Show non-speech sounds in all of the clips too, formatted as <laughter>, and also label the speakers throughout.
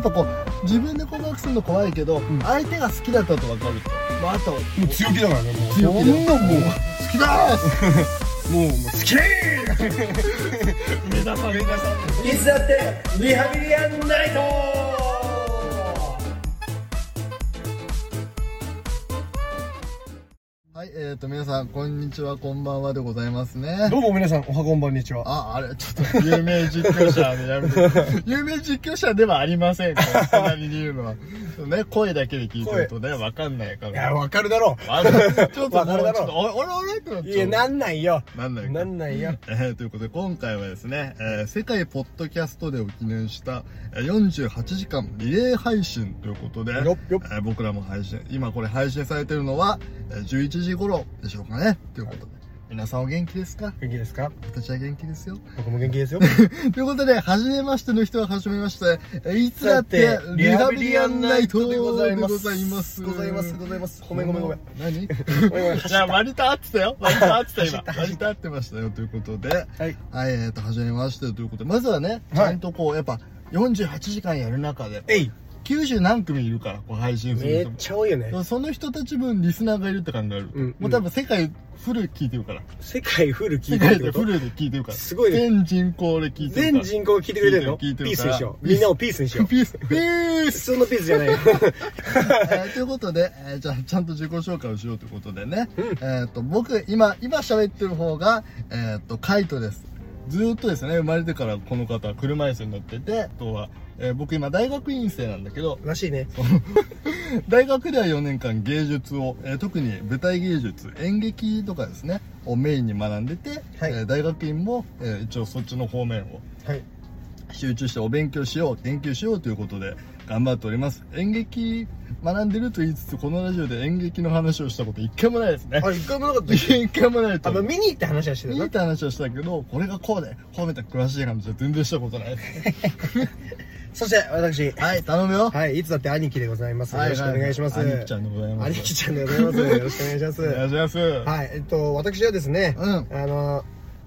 Speaker 1: ぱこう自分で告白するの怖いけど、
Speaker 2: ん
Speaker 1: 相手が好きだったと分かると、まあ、あと
Speaker 2: もう強気だからねもう
Speaker 1: 強気だよ
Speaker 2: そんなもう
Speaker 1: 好きだーす
Speaker 2: もうもう好き目指さ目指さ
Speaker 3: いつだってリハビリアンナイト
Speaker 1: はいえー、と皆さんこんにちはこんばんはでございますね
Speaker 2: どうも皆さんおはこんばんにちは
Speaker 1: ああれちょっと有名実況者でやめて有名実況者ではありません
Speaker 2: <laughs>
Speaker 1: からそんなに言うのはそうね声だけで聞いてる
Speaker 2: <laughs>
Speaker 1: とね分かんないか
Speaker 2: いや
Speaker 1: ら
Speaker 2: わかるだろ
Speaker 1: あのちょっと
Speaker 2: わ
Speaker 1: も
Speaker 2: か
Speaker 1: う
Speaker 2: る
Speaker 1: ちょ
Speaker 2: だ
Speaker 1: っ
Speaker 2: ろ
Speaker 1: とお俺俺ってなっ
Speaker 2: う
Speaker 1: ちゃう
Speaker 2: いやなんないよ
Speaker 1: なんないか
Speaker 2: なんないよ
Speaker 1: えーということで今回はですね、えー世界ポッドキャストでを記念したえー48時間リレー配信ということで、え
Speaker 2: よっよっ
Speaker 1: ー僕らも配信、今これ配信されてるのはえー11時頃でしょうかね、ということで。皆さんお元気ですか
Speaker 2: 元気ですか
Speaker 1: 私は元気ですよ。 <laughs>
Speaker 2: 僕も元気 <laughs> ですよ
Speaker 1: ということで、はじめましての人ははじめまして、えーいつだってリハビリアンナイトでございます。
Speaker 2: ございますございますごめんごめんごめん
Speaker 1: 何
Speaker 2: ごめんごめん
Speaker 1: <laughs> じゃあ割と合ってたよ。割と合ってた
Speaker 2: 走っ
Speaker 1: 今。
Speaker 2: た
Speaker 1: 割と合ってましたよということで。
Speaker 2: はい
Speaker 1: はい、えー、と、始めましてということで、まずはね、ち
Speaker 2: はい
Speaker 1: ゃんとこう、やっぱ、48時間やる中で、
Speaker 2: えい
Speaker 1: 90何組いるから、こう配信す
Speaker 2: め
Speaker 1: る人
Speaker 2: っちゃ多いよね
Speaker 1: も。その人たち分リスナーがいるって考える。
Speaker 2: うん
Speaker 1: もう多分世界フル聞いてるから。
Speaker 2: 世界フル聞
Speaker 1: 世
Speaker 2: いてる
Speaker 1: 界
Speaker 2: って
Speaker 1: で
Speaker 2: こ
Speaker 1: フ
Speaker 2: と
Speaker 1: ルで聞いてるから。
Speaker 2: すごいね
Speaker 1: 全人口で聞いてるか
Speaker 2: 全
Speaker 1: ら。
Speaker 2: 人口が聞いてくれてるの
Speaker 1: 聞
Speaker 2: ピ
Speaker 1: いてる聞
Speaker 2: ー
Speaker 1: いて
Speaker 2: ス
Speaker 1: るか
Speaker 2: に
Speaker 1: ら
Speaker 2: しようみんなをピースにしよう
Speaker 1: <laughs> ピース、ピー
Speaker 2: 普
Speaker 1: ス、
Speaker 2: 通のピースじゃないよ
Speaker 1: えーということで、えーじゃあ、ちゃんと自己紹介をしようということでね。
Speaker 2: うん
Speaker 1: えっ、と、僕、今、今喋ってる方が、えっ、と、カイトです。ずーっとですね、生まれてからこの方は車椅子に乗ってて、あとは、えー僕今大学院生なんだけど、<laughs>
Speaker 2: <laughs> らしいね
Speaker 1: 大学では4年間芸術を、えー特に舞台芸術演劇とかですねをメインに学んでて、
Speaker 2: はい
Speaker 1: えー大学院も、えー一応そっちの方面を
Speaker 2: はい
Speaker 1: 集中してお勉強しよう研究しようということで頑張っております演劇学んでると言いつつこのラジオで演劇の話をしたこと一回もないですね
Speaker 2: あれ一回もなかったっけ
Speaker 1: 一回もないと
Speaker 2: <laughs> あ、
Speaker 1: 思
Speaker 2: ま
Speaker 1: う
Speaker 2: あ、見に行って話はしてた
Speaker 1: いい
Speaker 2: よ
Speaker 1: って話をしたけどこれがこうでこうみたいな詳しい話は全然したことないです
Speaker 2: そして私
Speaker 1: はい頼むよ
Speaker 2: はいいつだって兄貴でございますよろしくお願いします
Speaker 1: 兄貴ちゃんでございます
Speaker 2: 兄貴ちゃんでござい
Speaker 1: <laughs>
Speaker 2: ますよろしくお願いします
Speaker 1: お願いします
Speaker 2: はいえっと私はですね
Speaker 1: うん
Speaker 2: あの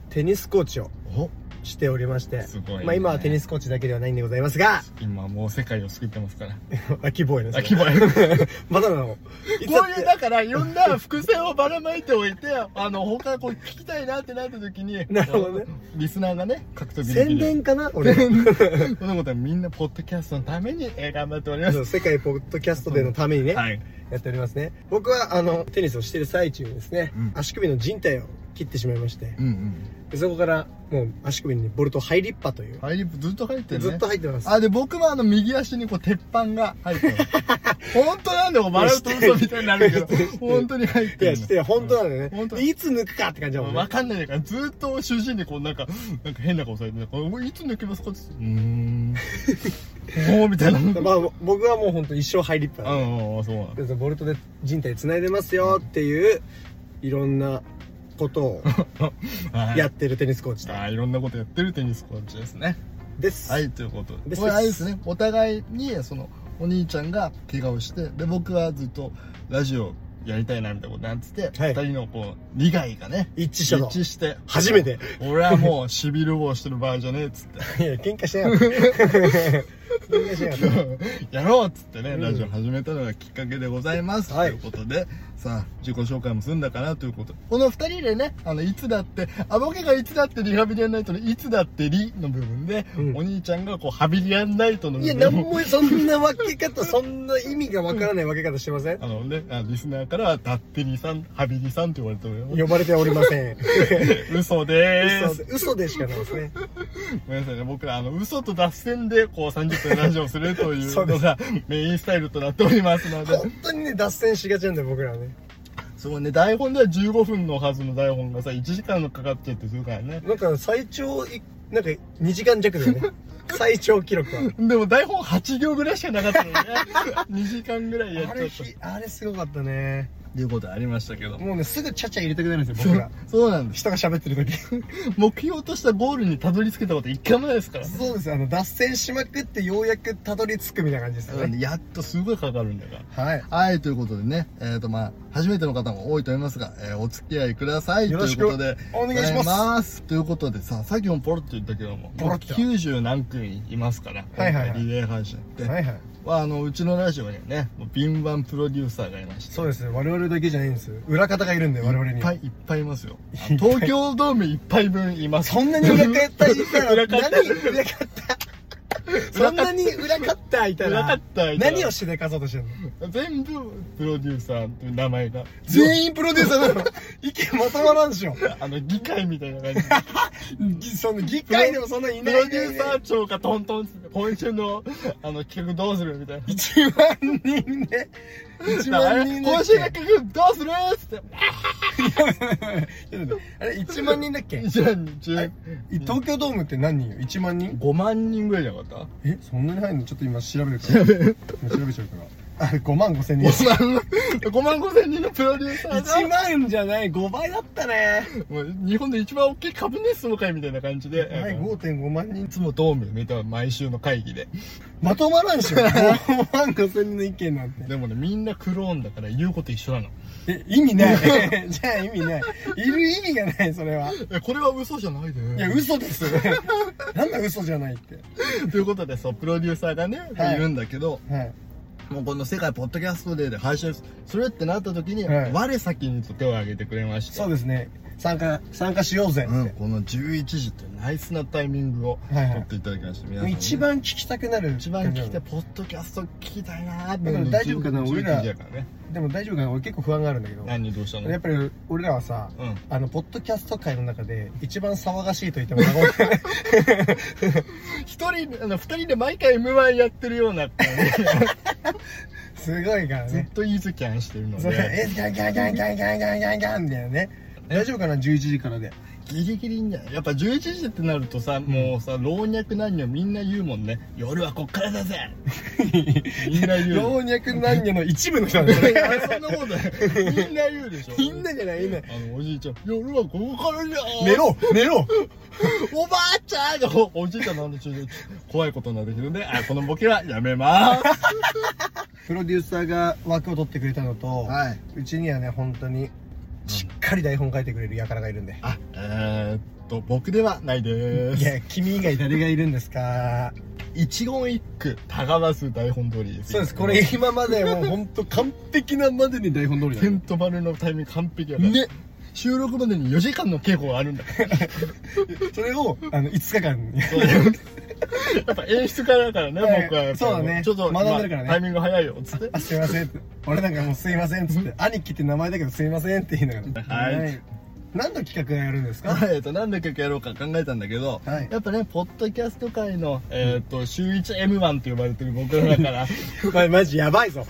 Speaker 2: テニスコーチを
Speaker 1: お
Speaker 2: しておりまして
Speaker 1: すごいね
Speaker 2: まあ今はテニスコーチだけではないんでございま
Speaker 1: <laughs>
Speaker 2: すが
Speaker 1: 今もう世界を救ってますから
Speaker 2: 秋ボーイです
Speaker 1: あ、キモい。こ
Speaker 2: <laughs> まだなの
Speaker 1: う
Speaker 2: つだっ
Speaker 1: いう、
Speaker 2: て
Speaker 1: だから、いろんな伏線をばらまいておいて、あの、他、こう、聞きたいなってなった時に、
Speaker 2: なるほどね
Speaker 1: あの。リスナーがね、獲得できる。
Speaker 2: 宣伝かな俺は
Speaker 1: <laughs> そんなことはみんな、ポッドキャストのために、えー頑張っておりま
Speaker 2: そう
Speaker 1: す。
Speaker 2: 世界ポッドキャストでのためにね、
Speaker 1: はい。
Speaker 2: やっておりますね僕はあのテニスをしてる最中にですね、
Speaker 1: うん
Speaker 2: 足首の靭帯を切ってしまいまして
Speaker 1: うんうん。
Speaker 2: でそこからもう足首にボルトハイリッパという、
Speaker 1: ハイリップずっと入ってるね。
Speaker 2: ずっと入ってます
Speaker 1: あ、で、僕もあの、右足にこう、鉄板が入ってる。 <laughs> 本当なんだよ、笑うと嘘 <laughs> みたいになるけど、本当に入っ
Speaker 2: い
Speaker 1: て
Speaker 2: や
Speaker 1: る
Speaker 2: し
Speaker 1: の。
Speaker 2: て本当なのよ
Speaker 1: 本
Speaker 2: ね
Speaker 1: 当
Speaker 2: でいつ抜くかって感じだもんね
Speaker 1: わかんないから、ずっと主人にこうなんか、なんか変な顔されて、これいつ抜けますかって言ってう <laughs> ーん。おーみたいな。うん
Speaker 2: まあ僕はもう本当一生ハイリッパなの、
Speaker 1: うんうん、そうなんだ
Speaker 2: でそのボルトで人体繋いでますよっていういろんなことを
Speaker 1: はい、
Speaker 2: やってるテニスコーチ
Speaker 1: あーいろんなことやってるテニスコーチですね。
Speaker 2: です、
Speaker 1: はい、ということで。
Speaker 2: です
Speaker 1: これあれですね、お互いに、その、お兄ちゃんが怪我をして、で、僕はずっとラジオやりたいな、みたいなことなんつって、二、
Speaker 2: はい
Speaker 1: 人のこう、利害がね、
Speaker 2: 一致
Speaker 1: 一
Speaker 2: したの
Speaker 1: 致して、
Speaker 2: 初めて
Speaker 1: <laughs> 俺はもう、シビルをしてる場合じゃねえ、っつ <laughs> って。
Speaker 2: いや喧嘩しなかった喧嘩しなかった
Speaker 1: やろうっつってね、
Speaker 2: うん
Speaker 1: ラジオ始めたのがきっかけでございます、
Speaker 2: はい
Speaker 1: ということでさあ自己紹介も済んだかなということでこの2人でねあのいつだってあ僕がいつだってリハビリアンナイトのいつだってリの部分で、
Speaker 2: うん
Speaker 1: お兄ちゃんがこうハビリアンナイトの部
Speaker 2: いや、
Speaker 1: 分
Speaker 2: なん
Speaker 1: を
Speaker 2: も、そんな分け方、そんな意味がわからない分け方してません
Speaker 1: あのねあのリスナーからはダッテリさんハビリさんって言われてるよ
Speaker 2: 呼ばれておりません。
Speaker 1: 嘘でー
Speaker 2: 嘘
Speaker 1: す
Speaker 2: で嘘でしかないですね。
Speaker 1: ごめんなさいね僕らあの嘘と脱線でこう30分ラジオするとい
Speaker 2: そううで
Speaker 1: の
Speaker 2: す
Speaker 1: がメインスタイルとなっておりますので
Speaker 2: 本当にね、脱線しがちなんだよ、僕らはね。
Speaker 1: そうね、台本では15分のはずの台本がさ、1時間のかかっちゃってするからね。
Speaker 2: なんか、最長い、なんか、2時間弱だよ
Speaker 1: <laughs>
Speaker 2: ね。最長記録は。
Speaker 1: でも台本8行ぐらいしかなかった <laughs> のにね。2時間ぐらいやっ
Speaker 2: あ
Speaker 1: ちゃ
Speaker 2: れ
Speaker 1: っ
Speaker 2: ひ
Speaker 1: た。っ、
Speaker 2: あれすごかったね。
Speaker 1: ていうことありましたけど。
Speaker 2: もうね、すぐちゃちゃ入れたくなるんですよ、僕ら。
Speaker 1: そうなんです。
Speaker 2: 人が喋ってる時。
Speaker 1: 目標としたゴールにたどり着けたこと一回もないですから。
Speaker 2: そうです、あの、脱線しまくってようやくたどり着くみたいな感じですよね。
Speaker 1: やっとすごいかかるんだから。
Speaker 2: はい。
Speaker 1: はい、ということでね、えっ、とまあ、初めての方も多いと思いますが、えーお付き合いください
Speaker 2: よ
Speaker 1: と
Speaker 2: ろ
Speaker 1: い
Speaker 2: し
Speaker 1: う
Speaker 2: く
Speaker 1: ことで
Speaker 2: お願いします
Speaker 1: ござすということでささっきもポロッと言ったけども
Speaker 2: ポロッと
Speaker 1: 90何組いますから、
Speaker 2: はいはいはい
Speaker 1: 今回リレー配信って、
Speaker 2: はいはい
Speaker 1: まあ、あのうちのラジオにはねもう敏腕プロデューサーがいまして
Speaker 2: そうですね我々だけじゃないんですよ裏方がいるんで我々
Speaker 1: い
Speaker 2: に
Speaker 1: っぱいいっぱいいますよ
Speaker 2: いっぱい
Speaker 1: 東京ドームいっぱい分います
Speaker 2: そんなに裏方いたら
Speaker 1: 裏方
Speaker 2: 何裏方そんなに裏方いたら
Speaker 1: 裏方いたら
Speaker 2: 何をしでかそうとしてんの
Speaker 1: 全部プロデューサーという名前が
Speaker 2: 全員プロデューサーなの意見まとまらんでしょ
Speaker 1: あの議会みたいな感
Speaker 2: <laughs>
Speaker 1: じで
Speaker 2: その議会でもそんなにい
Speaker 1: プ
Speaker 2: な
Speaker 1: ロ
Speaker 2: い
Speaker 1: デューサー長がトントンっつって今週のあの企画どうするみたいな
Speaker 2: 1万人ね1万人だ
Speaker 1: 今
Speaker 2: っ
Speaker 1: 週の
Speaker 2: け
Speaker 1: 企画どうするっつって
Speaker 2: あれ1万人だっけ
Speaker 1: じゃあ10
Speaker 2: い東京ドームって何人よ1万人
Speaker 1: 5万人ぐらいじゃなかっ
Speaker 2: えそんなに入るのちょっと今調べるから今調べちゃうからあ5万5千人
Speaker 1: た5万5万5千人のプロデューサー
Speaker 2: 1
Speaker 1: が
Speaker 2: 万じゃない5倍だったね
Speaker 1: もう日本で一番大きい株主総会みたいな感じで、
Speaker 2: はい
Speaker 1: い
Speaker 2: 5.5万人
Speaker 1: つもドーム見た毎週の会議で
Speaker 2: まとまらんしょ5万5千人の意見なんて
Speaker 1: でもねみんなクローンだから言うこと一緒なの
Speaker 2: え意味ない <laughs> じゃあ意味ないいる意味がないそれは
Speaker 1: えこれは嘘じゃないで
Speaker 2: いや嘘 <laughs> ですなんだ嘘じゃないって
Speaker 1: ということでそうプロデューサーがね、
Speaker 2: はい
Speaker 1: い、るんだけど
Speaker 2: はい
Speaker 1: もうこの世界ポッドキャストデーで配信するってなった時に、
Speaker 2: はい
Speaker 1: 我先にと手を挙げてくれまして
Speaker 2: そうですね参加参加しようぜって、
Speaker 1: うん、この11時ってナイスなタイミングを
Speaker 2: はいはい
Speaker 1: 取っていただきました、皆さんね、
Speaker 2: 一番聞きたくなる
Speaker 1: 一番聞きたいポッドキャスト聞きたいなーって
Speaker 2: だから大丈夫かな
Speaker 1: 11
Speaker 2: 俺ら
Speaker 1: 時だからね
Speaker 2: でも大丈夫かな俺結構不安があるんだけど
Speaker 1: 何どうしたの
Speaker 2: やっぱり俺らはさ、
Speaker 1: うん
Speaker 2: あのポッドキャスト界の中で一番騒がしいと言っても過言で <laughs> はない
Speaker 1: 一人あの二人で毎回 m 1やってるような
Speaker 2: <laughs> すごいから
Speaker 1: ずっ
Speaker 2: ね
Speaker 1: とイーズキャンしてるの
Speaker 2: そう
Speaker 1: で
Speaker 2: えギャンギャンギャンギャンギャンギャンギャンギャンみたいなね大丈夫かな11時からで
Speaker 1: ギリギリいいんじゃないやっぱ11時ってなるとさ、もうさ老若男女みんな言うもんね夜はこっから
Speaker 2: <laughs>
Speaker 1: だぜみんな言う
Speaker 2: 老
Speaker 1: よ
Speaker 2: 若男女の一部の人なん
Speaker 1: い
Speaker 2: だよ
Speaker 1: やそんなことないみんな言うでしょ
Speaker 2: みんなじゃないね
Speaker 1: あのおじいちゃん夜はここからじゃ
Speaker 2: 寝ろ寝ろ
Speaker 1: おばあちゃんがおおじいちゃんなんでちょっと怖いことになってきるんであこのボケはやめ
Speaker 2: <laughs>
Speaker 1: ます
Speaker 2: プロデューサーが枠を取ってくれたのと、
Speaker 1: はい、
Speaker 2: うちにはね本当にしっかり台本書いてくれる輩がいるんで
Speaker 1: あえー、っと僕ではないで
Speaker 2: い
Speaker 1: す
Speaker 2: や君以外誰がいるんですか
Speaker 1: 一言一句たがわす台本通りです
Speaker 2: そうです、これ今までもう本当完璧なまでに台本通りだ
Speaker 1: テ
Speaker 2: よ
Speaker 1: ントバルのタイミング完璧やから
Speaker 2: ね。
Speaker 1: 収録までに4時間の稽古があ
Speaker 2: <laughs>
Speaker 1: るんだから
Speaker 2: それを、あの、5日間に。
Speaker 1: そうやっぱ演出家だからね、
Speaker 2: はい
Speaker 1: 僕はやっぱ
Speaker 2: そうだね
Speaker 1: ちょっと
Speaker 2: 学んでるからね
Speaker 1: まあタイミング早いよっつって <laughs>
Speaker 2: あ、すいませんって。俺なんかもうすいませんっつって、兄貴って名前だけどすいませんって言いながら。
Speaker 1: はい。
Speaker 2: 何の企画やるんですか
Speaker 1: はいえっと何の曲やろうか考えたんだけど、
Speaker 2: はい
Speaker 1: やっぱねポッドキャスト界の、えっと週 1M1 と呼ばれてる僕らだから
Speaker 2: <laughs> <laughs> お前マジやばいぞ。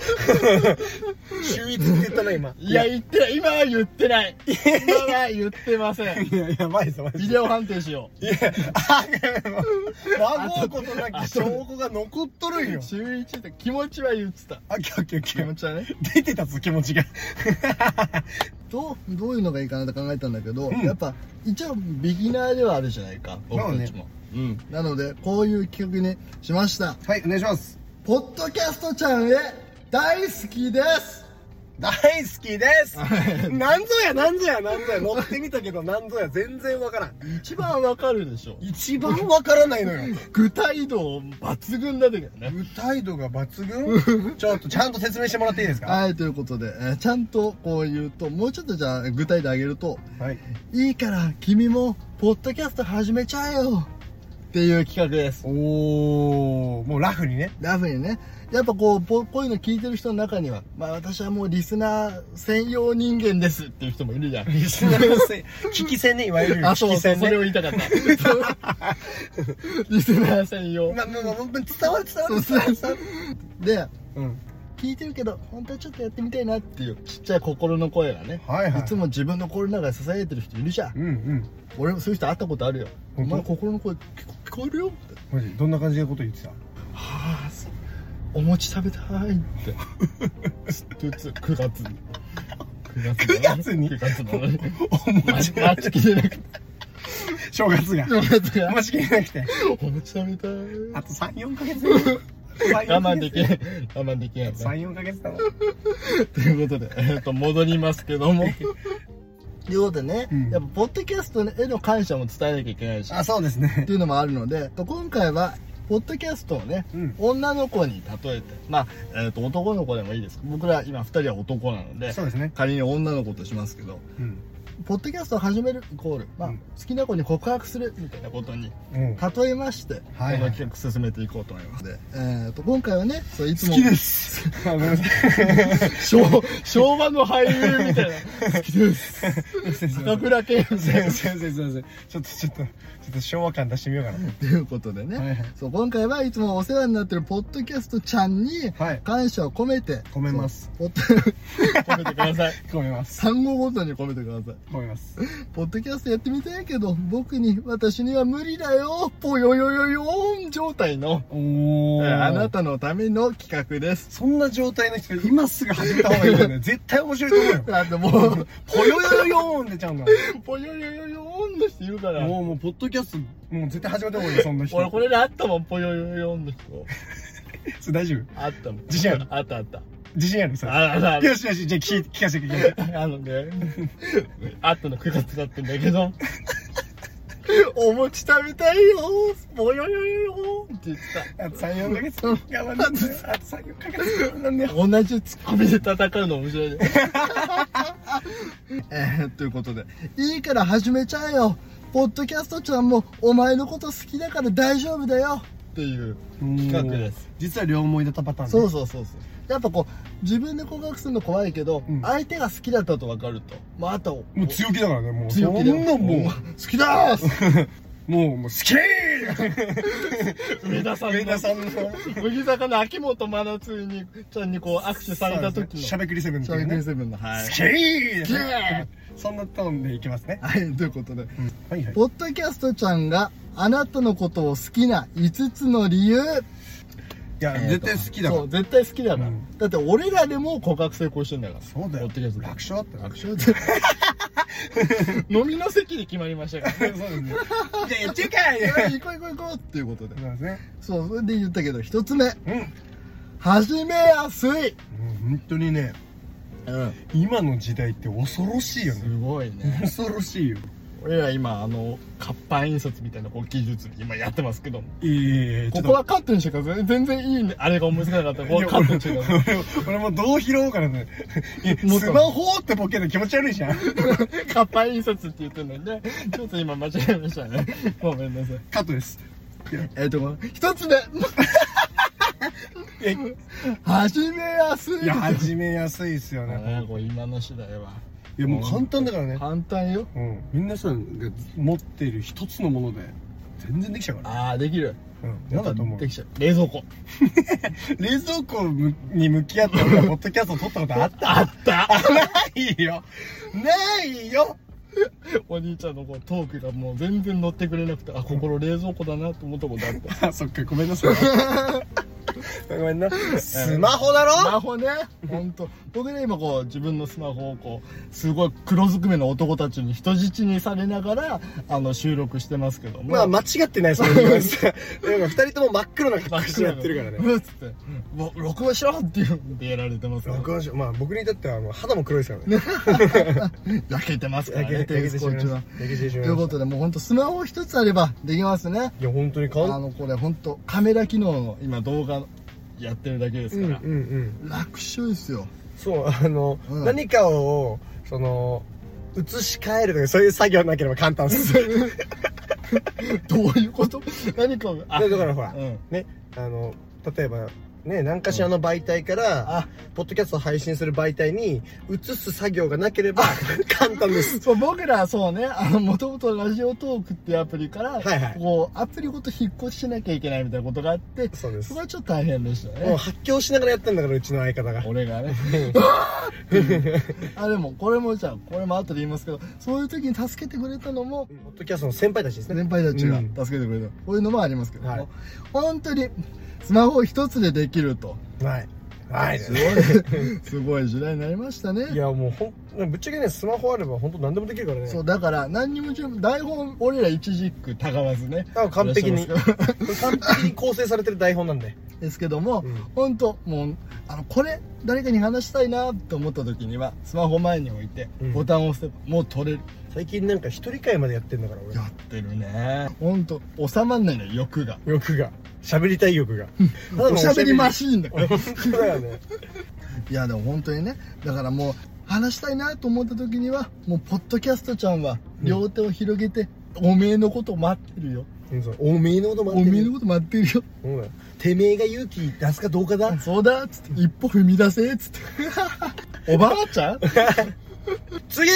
Speaker 2: 秀逸って言ったな、今。
Speaker 1: いや、言ってない今は言ってない今は言ってませ <laughs> ん
Speaker 2: いや、やばいぞ、マ
Speaker 1: ビ
Speaker 2: ジ。
Speaker 1: デオ判定しよう
Speaker 2: いや、あ、もう孫うことなき証拠が残っとるんよ。
Speaker 1: 週1って気持ちは言ってた
Speaker 2: あ、オッケーオッ
Speaker 1: 気
Speaker 2: ケ
Speaker 1: 持
Speaker 2: ー。
Speaker 1: ちはね
Speaker 2: 出てたぞ、気持 <laughs> ちが。
Speaker 1: どうどういうのがいいかなって考えたんだけど、
Speaker 2: うん
Speaker 1: やっぱ一応ビギナーではあるじゃないか僕たちも、うん、なのでこういう企画にしました
Speaker 2: はい、お願いします。
Speaker 1: ポッドキャストちゃんへ大好きです
Speaker 2: 大好きですなんぞやなんぞやなんぞや乗ってみたけどなんぞや全然わからん
Speaker 1: 一番わかるでしょ
Speaker 2: 一番わからないのよ
Speaker 1: 具体度抜群だけどね
Speaker 2: 具体度が抜群ちょっとちゃんと説明してもらっていいですか
Speaker 1: はいということで、えーちゃんとこう言うともうちょっとじゃあ具体であげると
Speaker 2: はい
Speaker 1: いいから君もポッドキャスト始めちゃえよっていう企画です
Speaker 2: おーもうラフにね
Speaker 1: ラフにねやっぱこうぽこういうの聞いてる人の中にはまあ私はもうリスナー専用人間ですっていう人もいるじゃ <laughs> ん
Speaker 2: リスナーのせい聞き戦ねいわゆる
Speaker 1: あそ
Speaker 2: 聞
Speaker 1: う
Speaker 2: き
Speaker 1: そう
Speaker 2: 戦
Speaker 1: それを言
Speaker 2: ね
Speaker 1: いたかったそう <laughs> リスナー専用
Speaker 2: まあまあまあ本当に伝わる伝わ
Speaker 1: そう
Speaker 2: る
Speaker 1: そ
Speaker 2: 伝
Speaker 1: う
Speaker 2: わる伝わる
Speaker 1: で
Speaker 2: うん
Speaker 1: 聞いてるけど本当はちょっとやってみたいなっていうちっちゃい心の声がね、
Speaker 2: はいはい
Speaker 1: つも自分の心の中で支えてる人いるじゃん、
Speaker 2: うんうん
Speaker 1: 俺もそういう人会ったことあるよお
Speaker 2: 本当
Speaker 1: 前心の声聞こ聞こえるよって
Speaker 2: マジどんな感じのこと言ってた
Speaker 1: はあそうお餅食べたいってずっとずっと9月に9
Speaker 2: 9月に
Speaker 1: 9月なのに
Speaker 2: お餅
Speaker 1: マチキじゃなくて
Speaker 2: 正月が
Speaker 1: 正月が
Speaker 2: お餅切れなくて
Speaker 1: お餅食べたい
Speaker 2: あと34ヶ月
Speaker 1: 我慢できない。我慢できない。
Speaker 2: 34ヶ月だろ
Speaker 1: ということで、えっと、戻りますけども。と <laughs> いうことでね、
Speaker 2: うん
Speaker 1: やっぱ、ポッドキャストへの感謝も伝えなきゃいけないし、っ
Speaker 2: あそうですね
Speaker 1: ていうのもあるので、今回は、ポッドキャストをね、
Speaker 2: うん
Speaker 1: 女の子に例えて、まあ、えっ、と、男の子でもいいです。僕ら今二人は男なので、
Speaker 2: そうですね
Speaker 1: 仮に女の子としますけど、
Speaker 2: うん
Speaker 1: ポッドキャストを始めるイコール、まあ、
Speaker 2: うん
Speaker 1: 好きな子に告白するみたいなことに
Speaker 2: うん
Speaker 1: 例えまして、
Speaker 2: はいはい
Speaker 1: この企画進めていこうと思います。で、えっ、と、今回はね、そういつも、
Speaker 2: すあごめんなさ
Speaker 1: 昭昭和の俳優みたいな。
Speaker 2: <laughs>
Speaker 1: 好きです。
Speaker 2: いすいません
Speaker 1: 高倉健
Speaker 2: すいませ
Speaker 1: 先生。
Speaker 2: んすいませんすいませんちょっとちょっとちょっと昭和感出してみようかな
Speaker 1: ということでね、
Speaker 2: はいはい
Speaker 1: そう今回はいつもお世話になってるポッドキャストちゃんに
Speaker 2: はい
Speaker 1: 感謝を込めて、
Speaker 2: 込めます
Speaker 1: そう。ポッド <laughs> 込めてください。
Speaker 2: 込めます
Speaker 1: <laughs> 産後ごとに込めてください。
Speaker 2: 込めます
Speaker 1: ポッドキャストやってみたいけど、僕に、私には無理だよ、ぽよよよよーん状態の、
Speaker 2: お
Speaker 1: え
Speaker 2: ー
Speaker 1: ーあなたのための企画です。
Speaker 2: そんな状態の人今すぐ始めた方がいいよね絶対面白いと思うよ
Speaker 1: あともう、
Speaker 2: ぽよよよよーんでちゃうんだ
Speaker 1: ぽよよよよーんの人いるから。
Speaker 2: もうもうポッドキャストもう絶対始めた方がいいよそんな人
Speaker 1: 俺これであったもん、ぽよよよよーんの人。
Speaker 2: それ大丈夫
Speaker 1: あったもん。
Speaker 2: 自信ある
Speaker 1: あったあった。
Speaker 2: 自信あるそれ
Speaker 1: あああ
Speaker 2: よしよしじゃあ聞い聞かせて聞かせて
Speaker 1: あのね、あったの9月だってんだけ
Speaker 2: <laughs>
Speaker 1: ど、お餅食べたいよぼよよよよって言って
Speaker 2: あと34ヶ月我慢なんだよあと34ヶ月我慢なんだよ
Speaker 1: た。同じツッコミで戦うの面白
Speaker 2: <laughs>
Speaker 1: いね。えー、ということで、いいから始めちゃえよポッドキャストちゃんもお前のこと好きだから大丈夫だよっていう。企画です
Speaker 2: 実は両思いだったパターンね
Speaker 1: そうそうそうそう。やっぱこう、自分で告白するの怖いけど、
Speaker 2: うん
Speaker 1: 相手が好きだったと分かると。まあ、あと、
Speaker 2: もう強気だからねもう
Speaker 1: 強気で
Speaker 2: そんなんもう
Speaker 1: 好きだー
Speaker 2: <laughs>
Speaker 1: す
Speaker 2: もうもう好き
Speaker 1: 上田さんの
Speaker 2: 上田さんの
Speaker 1: 乃木坂の秋元真夏にちゃんにこう握手された時の
Speaker 2: しゃべくりセブン
Speaker 1: シ
Speaker 2: と
Speaker 1: ャ
Speaker 2: い
Speaker 1: ー
Speaker 2: う
Speaker 1: ク
Speaker 2: ね
Speaker 1: ンセブンのは
Speaker 2: 好
Speaker 1: い
Speaker 2: きですね
Speaker 1: 好
Speaker 2: そんなトーンでいきますね
Speaker 1: はいということで
Speaker 2: はいはい
Speaker 1: ポッドキャストちゃんがあなたのことを好きな5つの理由
Speaker 2: いや、絶対好きだか
Speaker 1: そ
Speaker 2: ら
Speaker 1: う。絶対好きだから、
Speaker 2: うん
Speaker 1: だって俺らでも告白成功してんだから
Speaker 2: そうだよ
Speaker 1: ポッドキャスト。で
Speaker 2: 楽勝だったよ。
Speaker 1: 楽勝です飲みの席で決まりましたか
Speaker 2: そうですね。じゃあ、やっちゃうかい
Speaker 1: ら行こう行こう行こうっていうことで
Speaker 2: そうですね。
Speaker 1: そうそれで言ったけど1つ目
Speaker 2: うん。
Speaker 1: 始めやすい、
Speaker 2: もう本当にね、
Speaker 1: うん、
Speaker 2: 今の時代って恐ろしいよね。
Speaker 1: すごい
Speaker 2: <laughs>
Speaker 1: ね
Speaker 2: 恐ろしいよ。
Speaker 1: 俺ら今あの活版印刷みたいなこう技術今やってますけども
Speaker 2: いえいえ、
Speaker 1: ここはカットにしてください全然いいねあれが思いつかなかったらこ
Speaker 2: い
Speaker 1: こ
Speaker 2: や
Speaker 1: はカットにしてください
Speaker 2: 俺も俺もどう拾おうかなと思っていや
Speaker 1: もっと
Speaker 2: スマホってボケで気持ち悪いじゃん。
Speaker 1: <laughs> 活版印刷って言ってるのにねちょっと今間違えましたねごめんなさい
Speaker 2: カットです。いや
Speaker 1: えっ、と一つ目
Speaker 2: <laughs> いや、
Speaker 1: 始めやすい
Speaker 2: いや始めやすいですよね。
Speaker 1: ねこう今の次第はい
Speaker 2: や、もう簡単だからね。
Speaker 1: 簡単よ
Speaker 2: うん。みんなさんが持っている一つのもので、全然できちゃうから。
Speaker 1: ああできる
Speaker 2: うん。なんだと思う
Speaker 1: できちゃう冷蔵庫
Speaker 2: 冷蔵庫に向き合って俺はポッドキャスト撮ったことあった
Speaker 1: あった
Speaker 2: ないよないよ
Speaker 1: お兄ちゃんのこうトークがもう全然乗ってくれなくてあ心冷蔵庫だなと思ったことあった
Speaker 2: あそっかごめんなさい <laughs> ごめんなスマホだろ
Speaker 1: スマホね、本当。僕ね、今こう、自分のスマホをこう、すごい黒ずくめの男たちに人質にされながら、あの、収録してますけども。
Speaker 2: まあ間違ってないそれ言われ <laughs> て二人とも真っ黒な隠しやってるから
Speaker 1: <laughs>
Speaker 2: ね
Speaker 1: うっつって、もう録音しろって言うんでやられてますから。
Speaker 2: 録音しまあ僕に至ってはあの肌も黒いですからね <laughs>
Speaker 1: 焼けてますから
Speaker 2: 焼け
Speaker 1: ね、
Speaker 2: 焼けてしまいました
Speaker 1: は。
Speaker 2: 焼けてし
Speaker 1: と
Speaker 2: ま
Speaker 1: い
Speaker 2: いうま
Speaker 1: こ
Speaker 2: した
Speaker 1: とで、もう本当スマホ一つあればできますね。
Speaker 2: いや本当に
Speaker 1: あ
Speaker 2: 顔
Speaker 1: の、これ本当カメラ機能の今動画やってるだけで
Speaker 2: う
Speaker 1: す
Speaker 2: んうんう
Speaker 1: から。
Speaker 2: ん
Speaker 1: 楽勝ですよ。 <laughs>
Speaker 2: そうあの、
Speaker 1: うん
Speaker 2: 何かをその移し替えるとかそういう作業なければ簡単です
Speaker 1: どういうこと何かを、あ
Speaker 2: だからほら
Speaker 1: うん。
Speaker 2: ね、あの例えばね何かしらの媒体から、
Speaker 1: あ、
Speaker 2: ポッドキャストを配信する媒体に移す作業がなければ簡単 <laughs> です
Speaker 1: そう僕らはそうねあのもともとラジオトークっていうアプリから、
Speaker 2: いはい
Speaker 1: こうアプリごと引っ越ししなきゃいけないみたいなことがあって
Speaker 2: そうです
Speaker 1: それはちょっと大変でした
Speaker 2: もう
Speaker 1: ね
Speaker 2: 発狂しながらやったんだからうちの相方が
Speaker 1: 俺がねあでもこれもじゃあこれも後で言いますけどそういう時に助けてくれたのも
Speaker 2: ポッドキャストの先輩たちですね
Speaker 1: 先輩たちが
Speaker 2: うん
Speaker 1: 助けてくれた、こういうのもありますけども、
Speaker 2: はい
Speaker 1: 本当にスマホ一つでできると
Speaker 2: はいはい
Speaker 1: すごいすごい時代になりましたね
Speaker 2: いやもうほんぶっちゃけねスマホあれば本当何でもできるからね
Speaker 1: そうだから何にも準備台本俺ら一軸たがわずね
Speaker 2: あ完璧に
Speaker 1: やらせてますから
Speaker 2: 完璧に構成されてる台本なんで
Speaker 1: ですけども、
Speaker 2: <laughs> うん
Speaker 1: ほんともうあのこれ誰かに話したいなと思った時にはスマホ前に置いて
Speaker 2: うん
Speaker 1: ボタンを押せばもう取れる、
Speaker 2: 最近なんか一人会までやってんだから俺
Speaker 1: やってるねほんと収まんないのよ欲が
Speaker 2: 欲が喋りたい欲が
Speaker 1: おしゃべりマシーンだから
Speaker 2: 本当だよね
Speaker 1: <laughs> いやでも本当にねだからもう話したいなと思った時にはもうポッドキャストちゃんは両手を広げて、おめえのこと待ってるよ
Speaker 2: うんそうおめえのこと待
Speaker 1: お
Speaker 2: って
Speaker 1: めえ
Speaker 2: る
Speaker 1: のこと待ってるよ
Speaker 2: そうだよてめえが勇気出すかどうかだ
Speaker 1: そうだっつって一歩踏み出せっつっておばあちゃん
Speaker 2: <laughs> <laughs> 次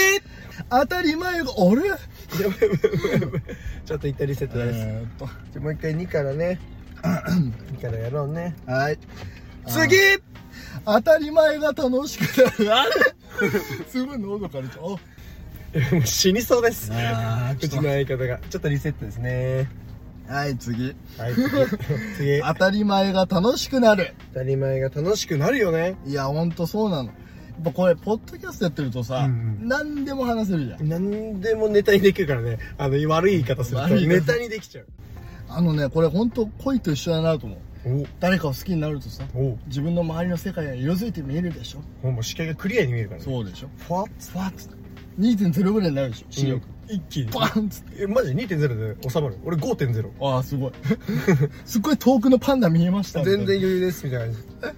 Speaker 1: 当たり前があれ
Speaker 2: ちょっと一旦リセットです、
Speaker 1: えーっと
Speaker 2: じゃあもう一回2から <laughs> ね2からやろうね
Speaker 1: はい
Speaker 2: 次
Speaker 1: 当たり前が楽しくなるあ <laughs> れすごい喉枯れちゃう
Speaker 2: もう死にそうです
Speaker 1: あー
Speaker 2: うちの相方がちょっとリセットですね
Speaker 1: あはい次
Speaker 2: はい次 <laughs> 次
Speaker 1: 当たり前が楽しくなる
Speaker 2: 当たり前が楽しくなるよね
Speaker 1: いやほんとそうなのやっぱこれポッドキャストやってるとさ、
Speaker 2: うんうん
Speaker 1: 何でも話せるじゃん
Speaker 2: 何でもネタにできるからねあの悪い言い方すると
Speaker 1: 悪い言
Speaker 2: ネ
Speaker 1: い方
Speaker 2: タにできちゃう
Speaker 1: あのねこれほんと恋と一緒だなと思う誰かを好きになるとさ
Speaker 2: おお
Speaker 1: 自分の周りの世界が色づいて見えるでしょ
Speaker 2: おもう視界がクリアに見えるからね
Speaker 1: そうでしょ
Speaker 2: ふわっ
Speaker 1: ふわっつって2.0ぐらいになるでしょ視力、
Speaker 2: 一気に
Speaker 1: バーンっつって
Speaker 2: えマジ2.0で収まる俺5.0
Speaker 1: ああすごい <laughs> すっごい遠くのパンダ見えましたみたい
Speaker 2: 全
Speaker 1: な
Speaker 2: 然余裕ですみたいな感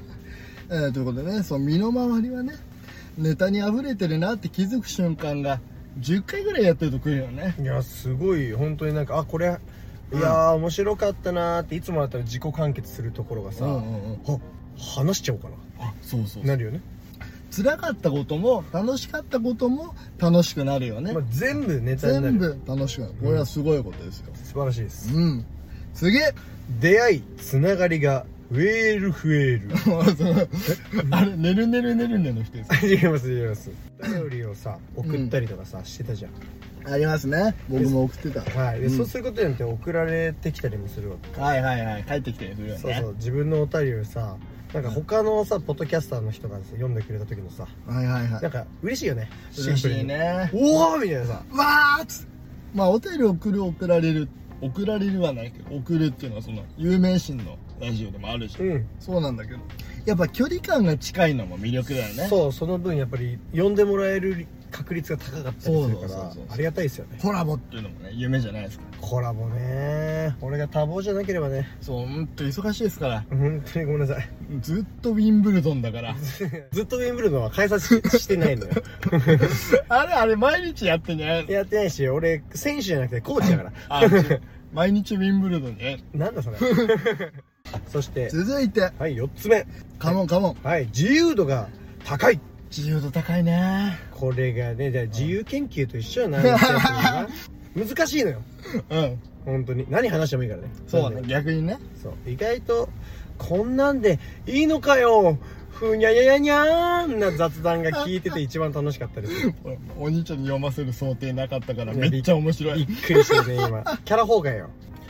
Speaker 1: えーということでねその身の回りはねネタに溢れてるなって気づく瞬間が10回ぐらいやってると来るよね
Speaker 2: じいやすごい本当になんかあこれいやー面白かったなーっていつもだったら自己完結するところがさ、
Speaker 1: うんうんうん
Speaker 2: あ話しちゃおうかな
Speaker 1: あそうそう
Speaker 2: なるよね、
Speaker 1: 辛かったことも楽しかったことも楽しくなるよね、
Speaker 2: まあ、全部ネタになる
Speaker 1: 全部楽しくなるこれはすごいことですよ
Speaker 2: 素晴らしいです、
Speaker 1: うん、 <laughs> 次
Speaker 2: 出会いつながりがウェールフェール <laughs>
Speaker 1: もうそのあれ「ねるねるねるね」の人です
Speaker 2: 違います違います頼りをさ送ったりとかさ、してたじゃん
Speaker 1: ありますね僕も送ってた
Speaker 2: はいで、
Speaker 1: うん
Speaker 2: そうすることによって送られてきたりもするわけ、
Speaker 1: はいはいはい帰ってきてるよね
Speaker 2: そうそう自分のお便りをさなんか他のさポッドキャスターの人がさ読んでくれた時のさ
Speaker 1: はいはいは
Speaker 2: ないんか嬉しいよね
Speaker 1: 嬉しいね
Speaker 2: おおみたいなさ
Speaker 1: わーっつまあお便り送る送られる送られるはないけど送るっていうのはその有名人のラジオでもあるし、
Speaker 2: うん
Speaker 1: そうなんだけどやっぱ距離感が近いのも魅力だよね
Speaker 2: そうその分やっぱり呼んでもらえる確率が高かったりするか
Speaker 1: そうそうそ
Speaker 2: ら
Speaker 1: うそう
Speaker 2: ありがたいですよね
Speaker 1: コラボっていうのもね夢じゃないですか
Speaker 2: コラボね俺が多忙じゃなければね
Speaker 1: そうほんと忙しいですから
Speaker 2: 本当にごめんなさい
Speaker 1: ずっとウィンブルドンだから <laughs>
Speaker 2: ずっとウィンブルドンは開催ししてないのよ
Speaker 1: あれあれ毎日やってんじゃないの
Speaker 2: やってないし俺選手じゃなくてコーチだから
Speaker 1: あ <laughs> 毎日ウィンブルドンね
Speaker 2: なん
Speaker 1: <laughs>
Speaker 2: だそれそして
Speaker 1: 続いて
Speaker 2: はい4つ目
Speaker 1: カモンカモン
Speaker 2: はい自由度が高い
Speaker 1: 自由度高いね
Speaker 2: これがねじゃあ自由研究と一緒やなやってるのが
Speaker 1: <laughs>
Speaker 2: 難しいのよ
Speaker 1: うん
Speaker 2: 本当に何話してもいいからね
Speaker 1: そう
Speaker 2: な
Speaker 1: ね
Speaker 2: んで
Speaker 1: 逆にね
Speaker 2: そう意外とこんなんでいいのかよふにゃややにゃーんな雑談が聞いてて一番楽しかったです
Speaker 1: <laughs> お兄ちゃんに読ませる想定なかったから
Speaker 2: いや
Speaker 1: めっちゃ面白
Speaker 2: び
Speaker 1: い
Speaker 2: っくりしてるね今キャラ崩壊よ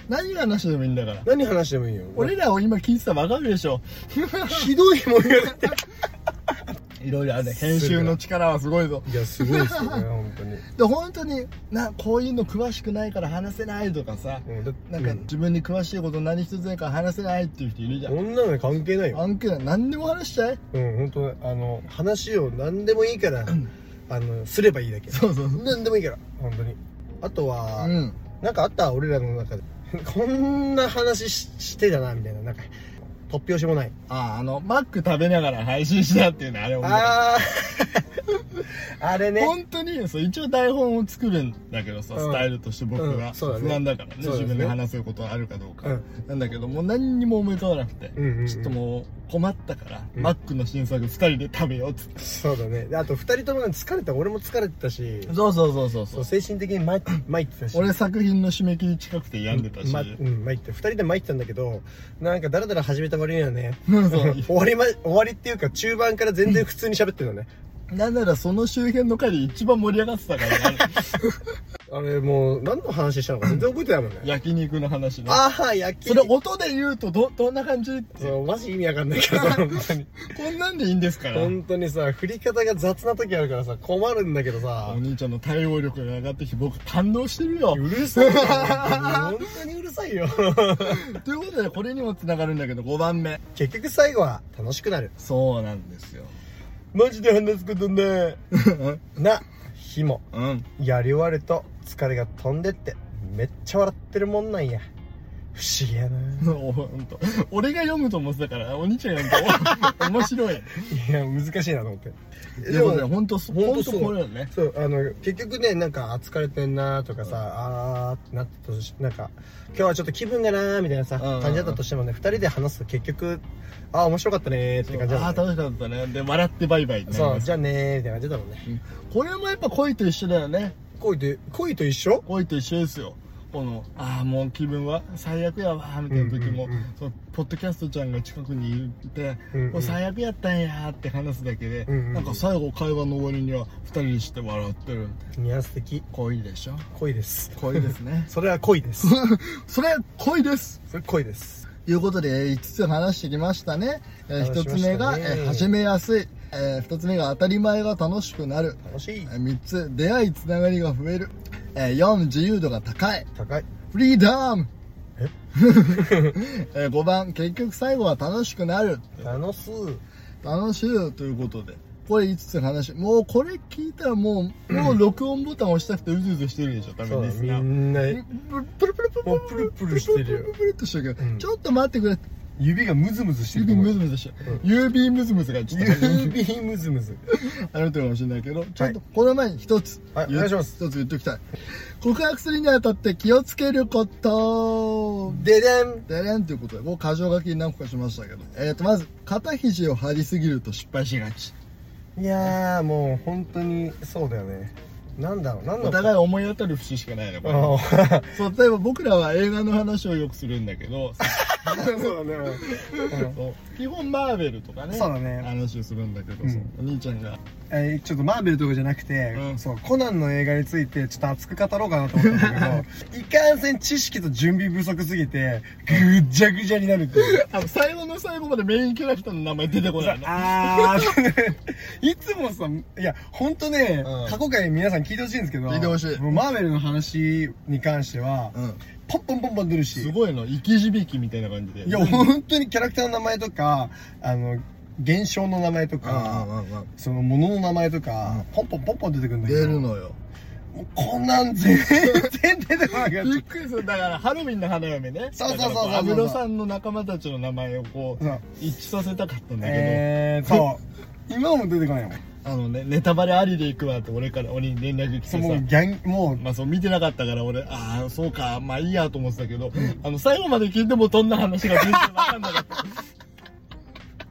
Speaker 1: 何が話でもいいんだから
Speaker 2: 何話してもいいよ
Speaker 1: 俺らを今聞いてたらわかるでしょ <laughs>
Speaker 2: ひどいもんやって
Speaker 1: いろいろあるね編集の力はすごいぞ
Speaker 2: いやすごいですよね本当に、
Speaker 1: で本当になこういうの詳しくないから話せないとかさ
Speaker 2: うん、だ
Speaker 1: なんか
Speaker 2: う
Speaker 1: 自分に詳しいこと何一つないから話せないっていう人いるじゃん
Speaker 2: こんなの関係ないよ
Speaker 1: 案件何でも話しちゃえ
Speaker 2: うん本当あの話を何でもいいからあのすればいいだけ
Speaker 1: そうそうそう
Speaker 2: 何でもいいから本当にあとは、
Speaker 1: うん
Speaker 2: なんかあった俺らの中で <laughs> こんな話ししてたなみたいななんか突拍子もない
Speaker 1: あああのマック食べながら配信したっていうのあれ面白い
Speaker 2: あ
Speaker 1: <laughs>
Speaker 2: ああれね
Speaker 1: 本当にそう一応台本を作るんだけどさ、
Speaker 2: うん
Speaker 1: スタイルとして僕
Speaker 2: う
Speaker 1: が
Speaker 2: んそうだね
Speaker 1: 不安だからね,、
Speaker 2: そうだね
Speaker 1: 自分で話せることあるかどうか、
Speaker 2: うん
Speaker 1: なんだけどもう何にも思い浮かばなくて、
Speaker 2: うんうんうん
Speaker 1: ちょっともう困ったから、
Speaker 2: うん
Speaker 1: マックの新作2人で食べようっつって
Speaker 2: そうだねであと2人ともなんか疲れた俺も疲れてたし
Speaker 1: そうそうそうそう
Speaker 2: そう精神的に参っ参ってたし
Speaker 1: 俺作品の締め切り近くて病んで <laughs> たし、
Speaker 2: まうん、参って2人で参ったんだけどなんかだらだら始めた割には <laughs> ね
Speaker 1: そう
Speaker 2: 終わり、ま、終わりっていうか中盤から全然普通に喋ってるのね
Speaker 1: <laughs> なんならその周辺の回で一番盛り上がってたからね
Speaker 2: あれもう何の話したのか全然覚えてないもんね
Speaker 1: 焼肉の話ね
Speaker 2: ああ焼き
Speaker 1: それ音で言うとどどんな感じ
Speaker 2: そうマジ意味わかんない <laughs> けど本当に
Speaker 1: こんなんでいいんですから
Speaker 2: 本当にさ振り方が雑な時あるからさ困るんだけどさ
Speaker 1: お兄ちゃんの対応力が上がってきて僕堪能してるよ
Speaker 2: うるさいよ本当にうるさいよ <laughs>
Speaker 1: ということでこれにもつながるんだけど5番目
Speaker 2: 結局最後は楽しくなる
Speaker 1: そうなんですよ
Speaker 2: マジで話すこと <laughs> ねな日も
Speaker 1: うん
Speaker 2: やり終わると疲れが飛んでってめっちゃ笑ってるもんなんや不思議やな
Speaker 1: おほんと俺が読むと思ってたからお兄ちゃん読む <laughs> と面白い
Speaker 2: いや難しいなと思って
Speaker 1: でもね本当
Speaker 2: ほん
Speaker 1: 本
Speaker 2: と
Speaker 1: 当
Speaker 2: そう
Speaker 1: これよね
Speaker 2: そうあの結局ねなんかあ疲れてんなとかさ、あーってなったとしなんか今日はちょっと気分がなーみたいなさ、
Speaker 1: うんうんうん
Speaker 2: 感じだったとしてもね2人で話すと結局あー面白かったねーって感じだも
Speaker 1: ああ
Speaker 2: んね
Speaker 1: 楽しかったねで笑ってバイバイってなり
Speaker 2: そ
Speaker 1: ま
Speaker 2: う
Speaker 1: す
Speaker 2: じゃあねーみたいな感じだもんね
Speaker 1: これもやっぱ恋と一緒だよね
Speaker 2: 恋で恋と一緒
Speaker 1: 恋と一緒ですよこのああもう気分は最悪やわみたいな時も、
Speaker 2: うんうんうん
Speaker 1: そのポッドキャストちゃんが近くにいて、
Speaker 2: うんうん
Speaker 1: もう最悪やったんやーって話すだけで、
Speaker 2: うんうんうん
Speaker 1: なんか最後会話の終わりには2人にして笑ってる
Speaker 2: いや素敵
Speaker 1: 恋でしょ
Speaker 2: 恋です
Speaker 1: 恋ですね
Speaker 2: それは恋 <laughs> です
Speaker 1: <laughs> それ恋です
Speaker 2: それ恋です
Speaker 1: ということで5つ話してきましたね、え
Speaker 2: 話しま
Speaker 1: 1
Speaker 2: したね
Speaker 1: つ目が、えー始めやすい、え2つ目が当たり前が楽しくなる
Speaker 2: 楽しい
Speaker 1: 3つ出会いつながりが増える4自由度が高い
Speaker 2: 高い
Speaker 1: フリーダム <laughs> え5番結局最後は楽しくなる
Speaker 2: 楽しい
Speaker 1: 楽しいということでこれ5つ話もうこれ聞いたらもうもう録音ボタン押したくてうずうずしてるでしょ多
Speaker 2: そ
Speaker 1: 分
Speaker 2: う
Speaker 1: で
Speaker 2: だ
Speaker 1: す
Speaker 2: み
Speaker 1: が
Speaker 2: んな
Speaker 1: プルプルプルプ
Speaker 2: もうプルプルしてるよ
Speaker 1: ルプルっとしてるけ
Speaker 2: う
Speaker 1: ど
Speaker 2: ん
Speaker 1: ちょっと待ってくれ
Speaker 2: 指がムズムズしてると
Speaker 1: 指
Speaker 2: 思う
Speaker 1: ムズムズしてる指ムズムズがちょっと
Speaker 2: 指ムズムズ
Speaker 1: あれてるかもしれないけど、ちょっとこの前に一つ、
Speaker 2: はい
Speaker 1: 言う
Speaker 2: お願いします
Speaker 1: 一つ言っておきたい。告白するにあたって気をつけること。
Speaker 2: ででん
Speaker 1: でれんということで、もう箇条書きに何個かしましたけど、えっ、と、まず、肩肘を張りすぎると失敗しがち。
Speaker 2: いやーもう本当にそうだよねなんだろうなんだろう
Speaker 1: お互い思い当たる節しかないのこれ
Speaker 2: あー
Speaker 1: そう、例えば僕らは映画の話をよくするんだけ
Speaker 2: <laughs>
Speaker 1: ど、
Speaker 2: そうだねうん
Speaker 1: そう基本マーベルとかね、
Speaker 2: そうだね
Speaker 1: 話をするんだけど、
Speaker 2: うん
Speaker 1: そうお兄ちゃんが、
Speaker 2: <laughs> えーちょっとマーベルとかじゃなくて、
Speaker 1: うん
Speaker 2: そうコナンの映画についてちょっと熱く語ろうかなと思ったんだ <laughs> けどいかんせん知識と準備不足すぎてぐっちゃぐちゃになるっていう
Speaker 1: あの最後の最後までメインキャラクターの名前出てこないの。
Speaker 2: あーいつもさいや本当ね、
Speaker 1: うん
Speaker 2: 過去回皆さん聞いてほしいんですけど
Speaker 1: 聞いてほしい
Speaker 2: もうマーベルの話に関しては、
Speaker 1: うん。
Speaker 2: ポンポンポンポン出るし
Speaker 1: すごいの、生き字引きみたいな感じで。
Speaker 2: いや、本当にキャラクターの名前とか、あの、現象の名前と
Speaker 1: あ
Speaker 2: か、
Speaker 1: あ、ああ、
Speaker 2: そのものの名前とか、ポンポンポンポン出てくるんだけ
Speaker 1: 出
Speaker 2: ど。
Speaker 1: るのよ。
Speaker 2: もうこんなん全然出てこ
Speaker 1: <laughs>
Speaker 2: なかっ
Speaker 1: びっくりする。だから、ハロウィンの花嫁ね。
Speaker 2: そうそうそうそ
Speaker 1: だ
Speaker 2: う
Speaker 1: からこ安室さんの仲間たちの名前をこう
Speaker 2: た。そう。
Speaker 1: 一致させたかったんだけど、
Speaker 2: えーそう。今も出てこないもん。
Speaker 1: あのね、ネタバレありで行くわって俺から、俺に連絡来
Speaker 2: そ
Speaker 1: て
Speaker 2: う、もう
Speaker 1: さ。
Speaker 2: ギャン、もう、 <laughs>
Speaker 1: まあそう見てなかったから俺、ああ、そうか、まあいいやと思ってたけど、あの、最後まで聞いてもどんな話が全然わかんなかった。 <laughs>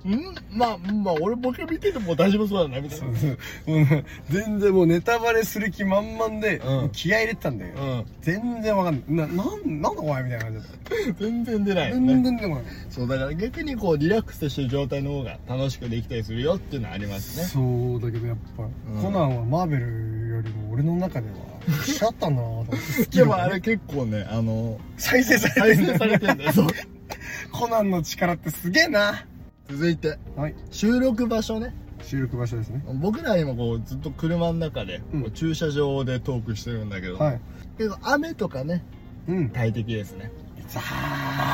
Speaker 1: うんまあ、まあ俺僕見てても大丈夫そうだな、みたい
Speaker 2: そ
Speaker 1: な。
Speaker 2: うそうもう全然もうネタバレする気満々で、
Speaker 1: うん
Speaker 2: 気合い入れてたんだよ、
Speaker 1: うん。 <laughs>
Speaker 2: 全然わかんない。な、なん、なんだお前みたいな感じだった。
Speaker 1: 全然出ないよね。
Speaker 2: 全然出てこない。
Speaker 1: そうだから逆にこうリラックスしてる状態の方が楽しくできたりするよっていうのはありますね
Speaker 2: そうだけどやっぱ、コナンはマーベルよりも俺の中ではしちゃったんだなと思って好
Speaker 1: で
Speaker 2: きだ
Speaker 1: も
Speaker 2: ね
Speaker 1: あれ結構ねあの
Speaker 2: 再生され
Speaker 1: 再
Speaker 2: て
Speaker 1: 生
Speaker 2: る
Speaker 1: されてるんだよ <laughs> そう
Speaker 2: コナンの力ってすげえな
Speaker 1: 続いて
Speaker 2: はい
Speaker 1: 収録場所ね
Speaker 2: 収録場所ですね
Speaker 1: 僕ら今こうずっと車の中で、
Speaker 2: うん
Speaker 1: こう駐車場でトークしてるんだけど、
Speaker 2: はい
Speaker 1: けど雨とかね
Speaker 2: うん
Speaker 1: 大敵ですね
Speaker 2: さ
Speaker 1: バ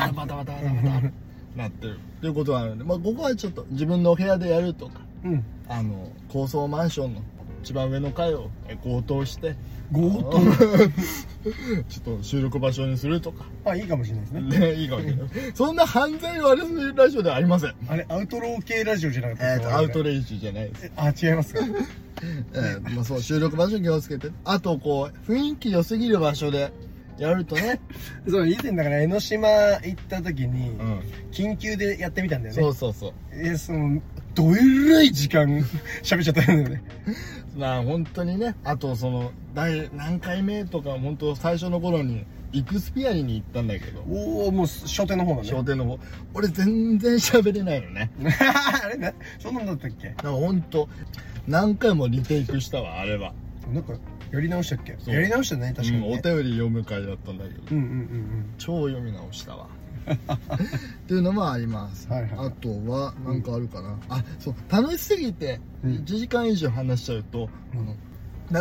Speaker 2: あ
Speaker 1: タバタバタバタバタなってるということはあるんで、まあ、ここはちょっと自分のお部屋でやるとか
Speaker 2: うん
Speaker 1: あの高層マンションの一番上の階をえ強盗 <laughs> して
Speaker 2: 強盗
Speaker 1: ちょっと収録場所にするとか
Speaker 2: あいいかもしれないですね
Speaker 1: ね、いいかもしれない。そんな犯罪をあれするラジオではありません。
Speaker 2: あれアウトロー系ラジオじゃなかった
Speaker 1: えっ、と、アウト
Speaker 2: ロ
Speaker 1: レイジじゃないです。
Speaker 2: ーあ違
Speaker 1: <laughs>
Speaker 2: いますか
Speaker 1: えーまあそう、収録場所に気をつけて。あと、こう、雰囲気良すぎる場所でやるとね。
Speaker 2: そう以前だから江ノ島行った時に
Speaker 1: ん。
Speaker 2: 緊急でやってみたんだよね
Speaker 1: そうそうそう。
Speaker 2: えそのどえらい時間 <laughs> 喋っちゃったんだよね
Speaker 1: まあ本当にね、あとその、第何回目とか、本当最初の頃に、イクスピアリに行ったんだけど、
Speaker 2: おおもう商店の方だね
Speaker 1: 商店の方、俺全然喋れないのね。
Speaker 2: <laughs> あれな、そんなんだったっけ
Speaker 1: なんか本当、何回もリテイクしたわ、あれは。
Speaker 2: なんか、やり直したっけ
Speaker 1: そう
Speaker 2: やり直したね確か
Speaker 1: う
Speaker 2: に
Speaker 1: ん、お
Speaker 2: ね
Speaker 1: 便り読む会だったんだけど
Speaker 2: うんうんうん
Speaker 1: 超読み直したわっていうのもあります、
Speaker 2: はいはいはい
Speaker 1: あとは何かあるかな、あそう楽しすぎて
Speaker 2: うん
Speaker 1: 1時間以上話しちゃうと、
Speaker 2: うん
Speaker 1: あの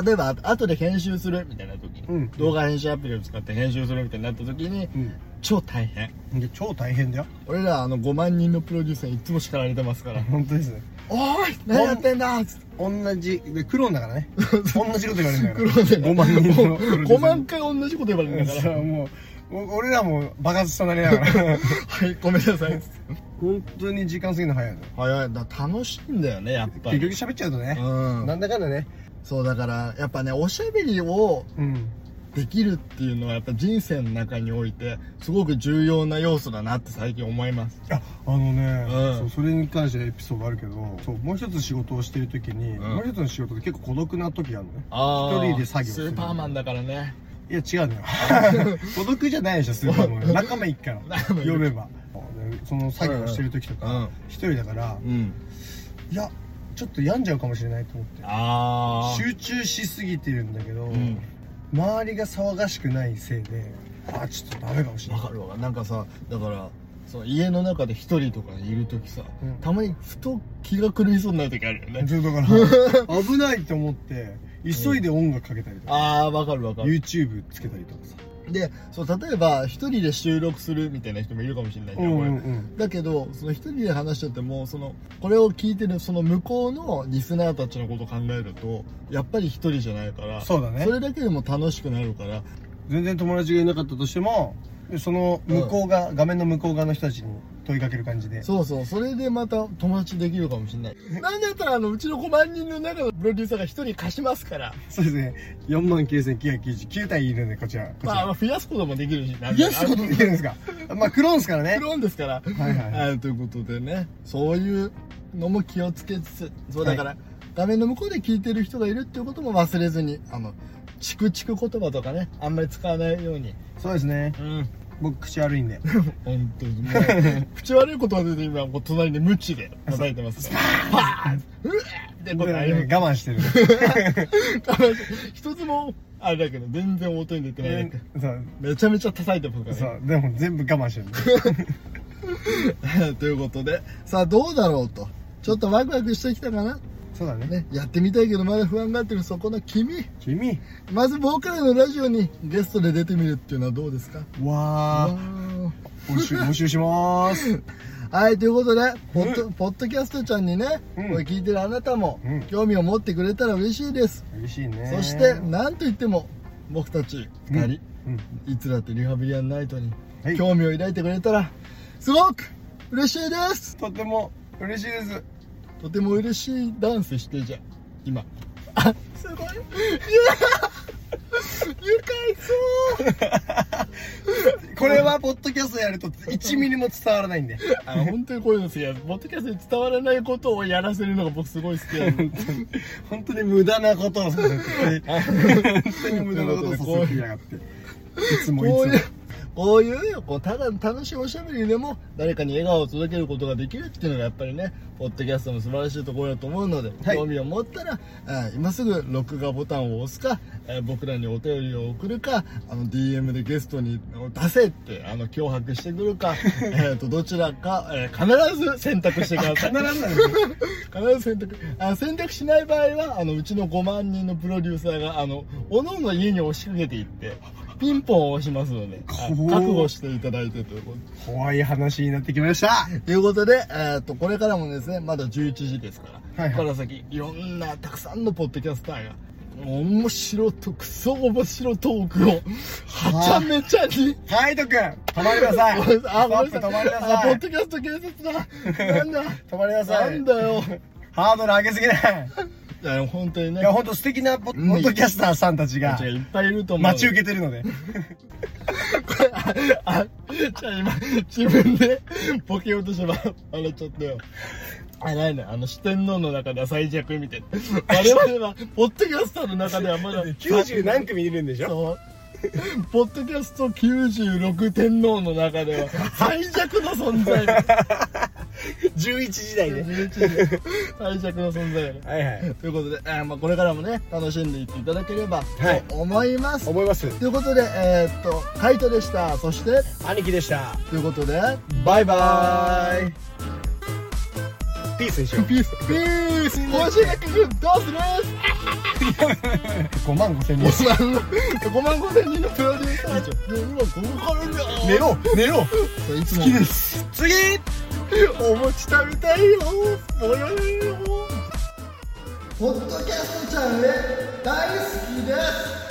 Speaker 1: 例えばあ後で編集するみたいな時に、
Speaker 2: うん
Speaker 1: 動画編集アプリを使って編集するみたいになった時に
Speaker 2: うん
Speaker 1: 超大変
Speaker 2: うんで超大変だよ
Speaker 1: 俺らあの5万人のプロデューサーにいつも叱られてますから
Speaker 2: 本当ですね
Speaker 1: 「おーい何やってんだ!」っつって
Speaker 2: 同じでクローンだか
Speaker 1: <laughs>
Speaker 2: らね同じこと言われるんだか
Speaker 1: 黒で
Speaker 2: ら5万人
Speaker 1: <laughs>
Speaker 2: の
Speaker 1: 5万回同じこと言われるんだか
Speaker 2: そ <laughs>
Speaker 1: ら
Speaker 2: うもうお俺らも爆発したなりなが
Speaker 1: <laughs>「は
Speaker 2: ら
Speaker 1: いごめんなさいっつって
Speaker 2: 本当に時間過ぎるの早いの」
Speaker 1: 早いだ楽しいんだよねやっぱ
Speaker 2: 結
Speaker 1: り
Speaker 2: 局喋っちゃうとね、
Speaker 1: うん
Speaker 2: なんだかんだね
Speaker 1: そうだからやっぱねおしゃべりを
Speaker 2: うん
Speaker 1: できるっていうのはやっぱ人生の中においてすごく重要な要素だなって最近思います
Speaker 2: ああの
Speaker 1: う
Speaker 2: ね、
Speaker 1: ん
Speaker 2: そうそれに関してエピソードあるけどそうもう一つ仕事をしてる時に、
Speaker 1: ん
Speaker 2: もう一つの仕事で結構孤独な時あるのね
Speaker 1: あ
Speaker 2: ー一人で作業す
Speaker 1: ス
Speaker 2: る
Speaker 1: ーパーマンだからね
Speaker 2: いや違うのよ
Speaker 1: <laughs>
Speaker 2: 孤独じゃないでしょスーパーマン仲間いっから
Speaker 1: 仲間いる
Speaker 2: 呼べばでその作業してる時と
Speaker 1: うんうん
Speaker 2: か一、人だから
Speaker 1: うん
Speaker 2: いやちょっと病んじゃうかもしれないと思って
Speaker 1: あ
Speaker 2: 集中しすぎてるんだけど、
Speaker 1: ん
Speaker 2: 周りが騒がしくないせいであちょっとダメかもしれ
Speaker 1: わ
Speaker 2: ない
Speaker 1: かるわかるなんかさだからその家の中で一人とかいる時さ、
Speaker 2: うん
Speaker 1: たまにふと気が狂いそうになる時あるよね
Speaker 2: ずっとだか
Speaker 1: <laughs>
Speaker 2: ら危ないと思って急いで音楽かけたりとか、
Speaker 1: ああわかるわかる
Speaker 2: YouTube つけたりとかさ
Speaker 1: でそう例えば一人で収録するみたいな人もいるかもしれないけど、これ
Speaker 2: ん
Speaker 1: だけどその一人で話しちゃってもそのこれを聞いてるその向こうのリスナーたちのことを考えるとやっぱり一人じゃないから
Speaker 2: そうだね
Speaker 1: それだけでも楽しくなるから
Speaker 2: 全然友達がいなかったとしてもその向こう側、画面の向こう側の人たちに問いかける感じで
Speaker 1: そうそうそれでまた友達できるかもしれないなんだったらあのうちの5万人の中のプロデューサーが一人貸しますから
Speaker 2: そうですね4万9999体いるんでこちらこち
Speaker 1: まあ
Speaker 2: ら
Speaker 1: 増やすこともできるしな
Speaker 2: 癒すことできるん
Speaker 1: <laughs>
Speaker 2: ですかまあクローンですからね
Speaker 1: クローンですから
Speaker 2: はいはいはい
Speaker 1: はいということでねそういうのも気をつけつつそうだから、画面の向こうで聞いてる人がいるっていうことも忘れずにあのチクチク言葉とかねあんまり使わないように
Speaker 2: そうですね
Speaker 1: うん
Speaker 2: 僕口悪いんで
Speaker 1: 本当にもう口悪いことは出て今こう隣でムチで叩いてますからパーンうわーってこ
Speaker 2: 僕
Speaker 1: とあ
Speaker 2: は
Speaker 1: り
Speaker 2: ね
Speaker 1: ます
Speaker 2: 我
Speaker 1: <laughs>
Speaker 2: 慢してる
Speaker 1: 一つもあれだけど全然音に出てない、
Speaker 2: そう
Speaker 1: めちゃめちゃ叩いてます
Speaker 2: そ
Speaker 1: からね
Speaker 2: うでも全部我慢して
Speaker 1: <laughs>
Speaker 2: る
Speaker 1: ということでさあどうだろうとちょっとワクワクしてきたかな
Speaker 2: そうだね
Speaker 1: ね、やってみたいけどまだ不安がってるそこの君
Speaker 2: 君
Speaker 1: まず僕らのラジオにゲストで出てみるっていうのはどうですか
Speaker 2: わあ募集募集しまーす
Speaker 1: はいということでポッド,、ポッドキャストちゃんにね、
Speaker 2: うん
Speaker 1: これ聞いてるあなたも
Speaker 2: うん
Speaker 1: 興味を持ってくれたら嬉しいです、
Speaker 2: 嬉しいね
Speaker 1: そして何といっても僕たち2人、
Speaker 2: うん
Speaker 1: いつだってリハビリアンナイトに
Speaker 2: はい
Speaker 1: 興味を抱いてくれたらすごく嬉しいです
Speaker 2: とても嬉しいです
Speaker 1: とても嬉しいダンスしてじゃん今あす
Speaker 2: <laughs>
Speaker 1: ごいいや愉快そう
Speaker 2: これはポッドキャストやると1ミリも伝わらないんで
Speaker 1: あの本当にこういうの好きやポッドキャストに伝わらないことをやらせるのが僕すごい好きなんで
Speaker 2: 本当に無駄なことをさせて本当に無駄なことをさせてやがっていつ <laughs> もい
Speaker 1: こういう
Speaker 2: つ
Speaker 1: こういうこうただの楽しいおしゃべりでも誰かに笑顔を届けることができるっていうのがやっぱりねポッドキャストの素晴らしいところだと思うので、
Speaker 2: はい
Speaker 1: 興味を持ったら、えー今すぐ録画ボタンを押すか、えー僕らにお便りを送るかあの DM でゲストに出せってあの脅迫してくる
Speaker 2: <laughs>
Speaker 1: かえーとどちらか、えー必ず選択してください
Speaker 2: も <laughs> 必ずなんですよ
Speaker 1: 必ず選択あ選択しない場合はあのうちの5万人のプロデューサーがあのおのおの家に押しかけていってピンポンを押しますのであ
Speaker 2: 怖っ
Speaker 1: 覚悟していただいてということで
Speaker 2: 怖い話になってきました
Speaker 1: ということで、えー、とこれからもですねまだ11時ですから、
Speaker 2: はいは
Speaker 1: ここ
Speaker 2: い
Speaker 1: から先いろんなたくさんのポッドキャスターが面白とクソ面白トークをはちゃめちゃに
Speaker 2: カイトくん止まりなさ
Speaker 1: あ、
Speaker 2: い
Speaker 1: ごめんなさい。あ、ごめん
Speaker 2: ス
Speaker 1: な
Speaker 2: ト
Speaker 1: さ
Speaker 2: ップ止
Speaker 1: い。
Speaker 2: まりな
Speaker 1: あ、ポッ
Speaker 2: さい
Speaker 1: ドキャスト警察だ。なんだ。
Speaker 2: <laughs> 止まりなさ
Speaker 1: ないんだよ。
Speaker 2: ハードル上げすぎない
Speaker 1: いや、本当にね。
Speaker 2: いや本当素敵なポ
Speaker 1: うん
Speaker 2: ポッドキャスターさんたちが
Speaker 1: 違ういっぱいいると思う。
Speaker 2: 待ち受けてるので
Speaker 1: <laughs> あ、じゃあ今、自分でボケようとしてば、笑っちゃったよ。あ、ないない、あの、四天王の中では最弱みたいな。我々は、ポッドキャスターの中ではまだ、
Speaker 2: 90何組いるんでしょ
Speaker 1: そう。ポッドキャスト96天皇の中では最弱の存在。
Speaker 2: 11時台で
Speaker 1: 11時最弱の存在やね
Speaker 2: はいはい
Speaker 1: ということで、えーまあ、これからもね楽しんでいっていただければ
Speaker 2: はい
Speaker 1: と思います、
Speaker 2: 思います
Speaker 1: ということでえーっとカイトでしたそして
Speaker 2: 兄貴でした
Speaker 1: ということで
Speaker 2: バイバーイピースにしよう
Speaker 1: ピースピース星垣君どうする
Speaker 2: 5万5千
Speaker 1: ?5 万5千人のプロデューサー長今ここからだ
Speaker 2: 寝ろ寝ろ
Speaker 1: そういつも
Speaker 2: す次お餅食べたいよぼよよよ
Speaker 1: ポッドキャストチャンネル大好きです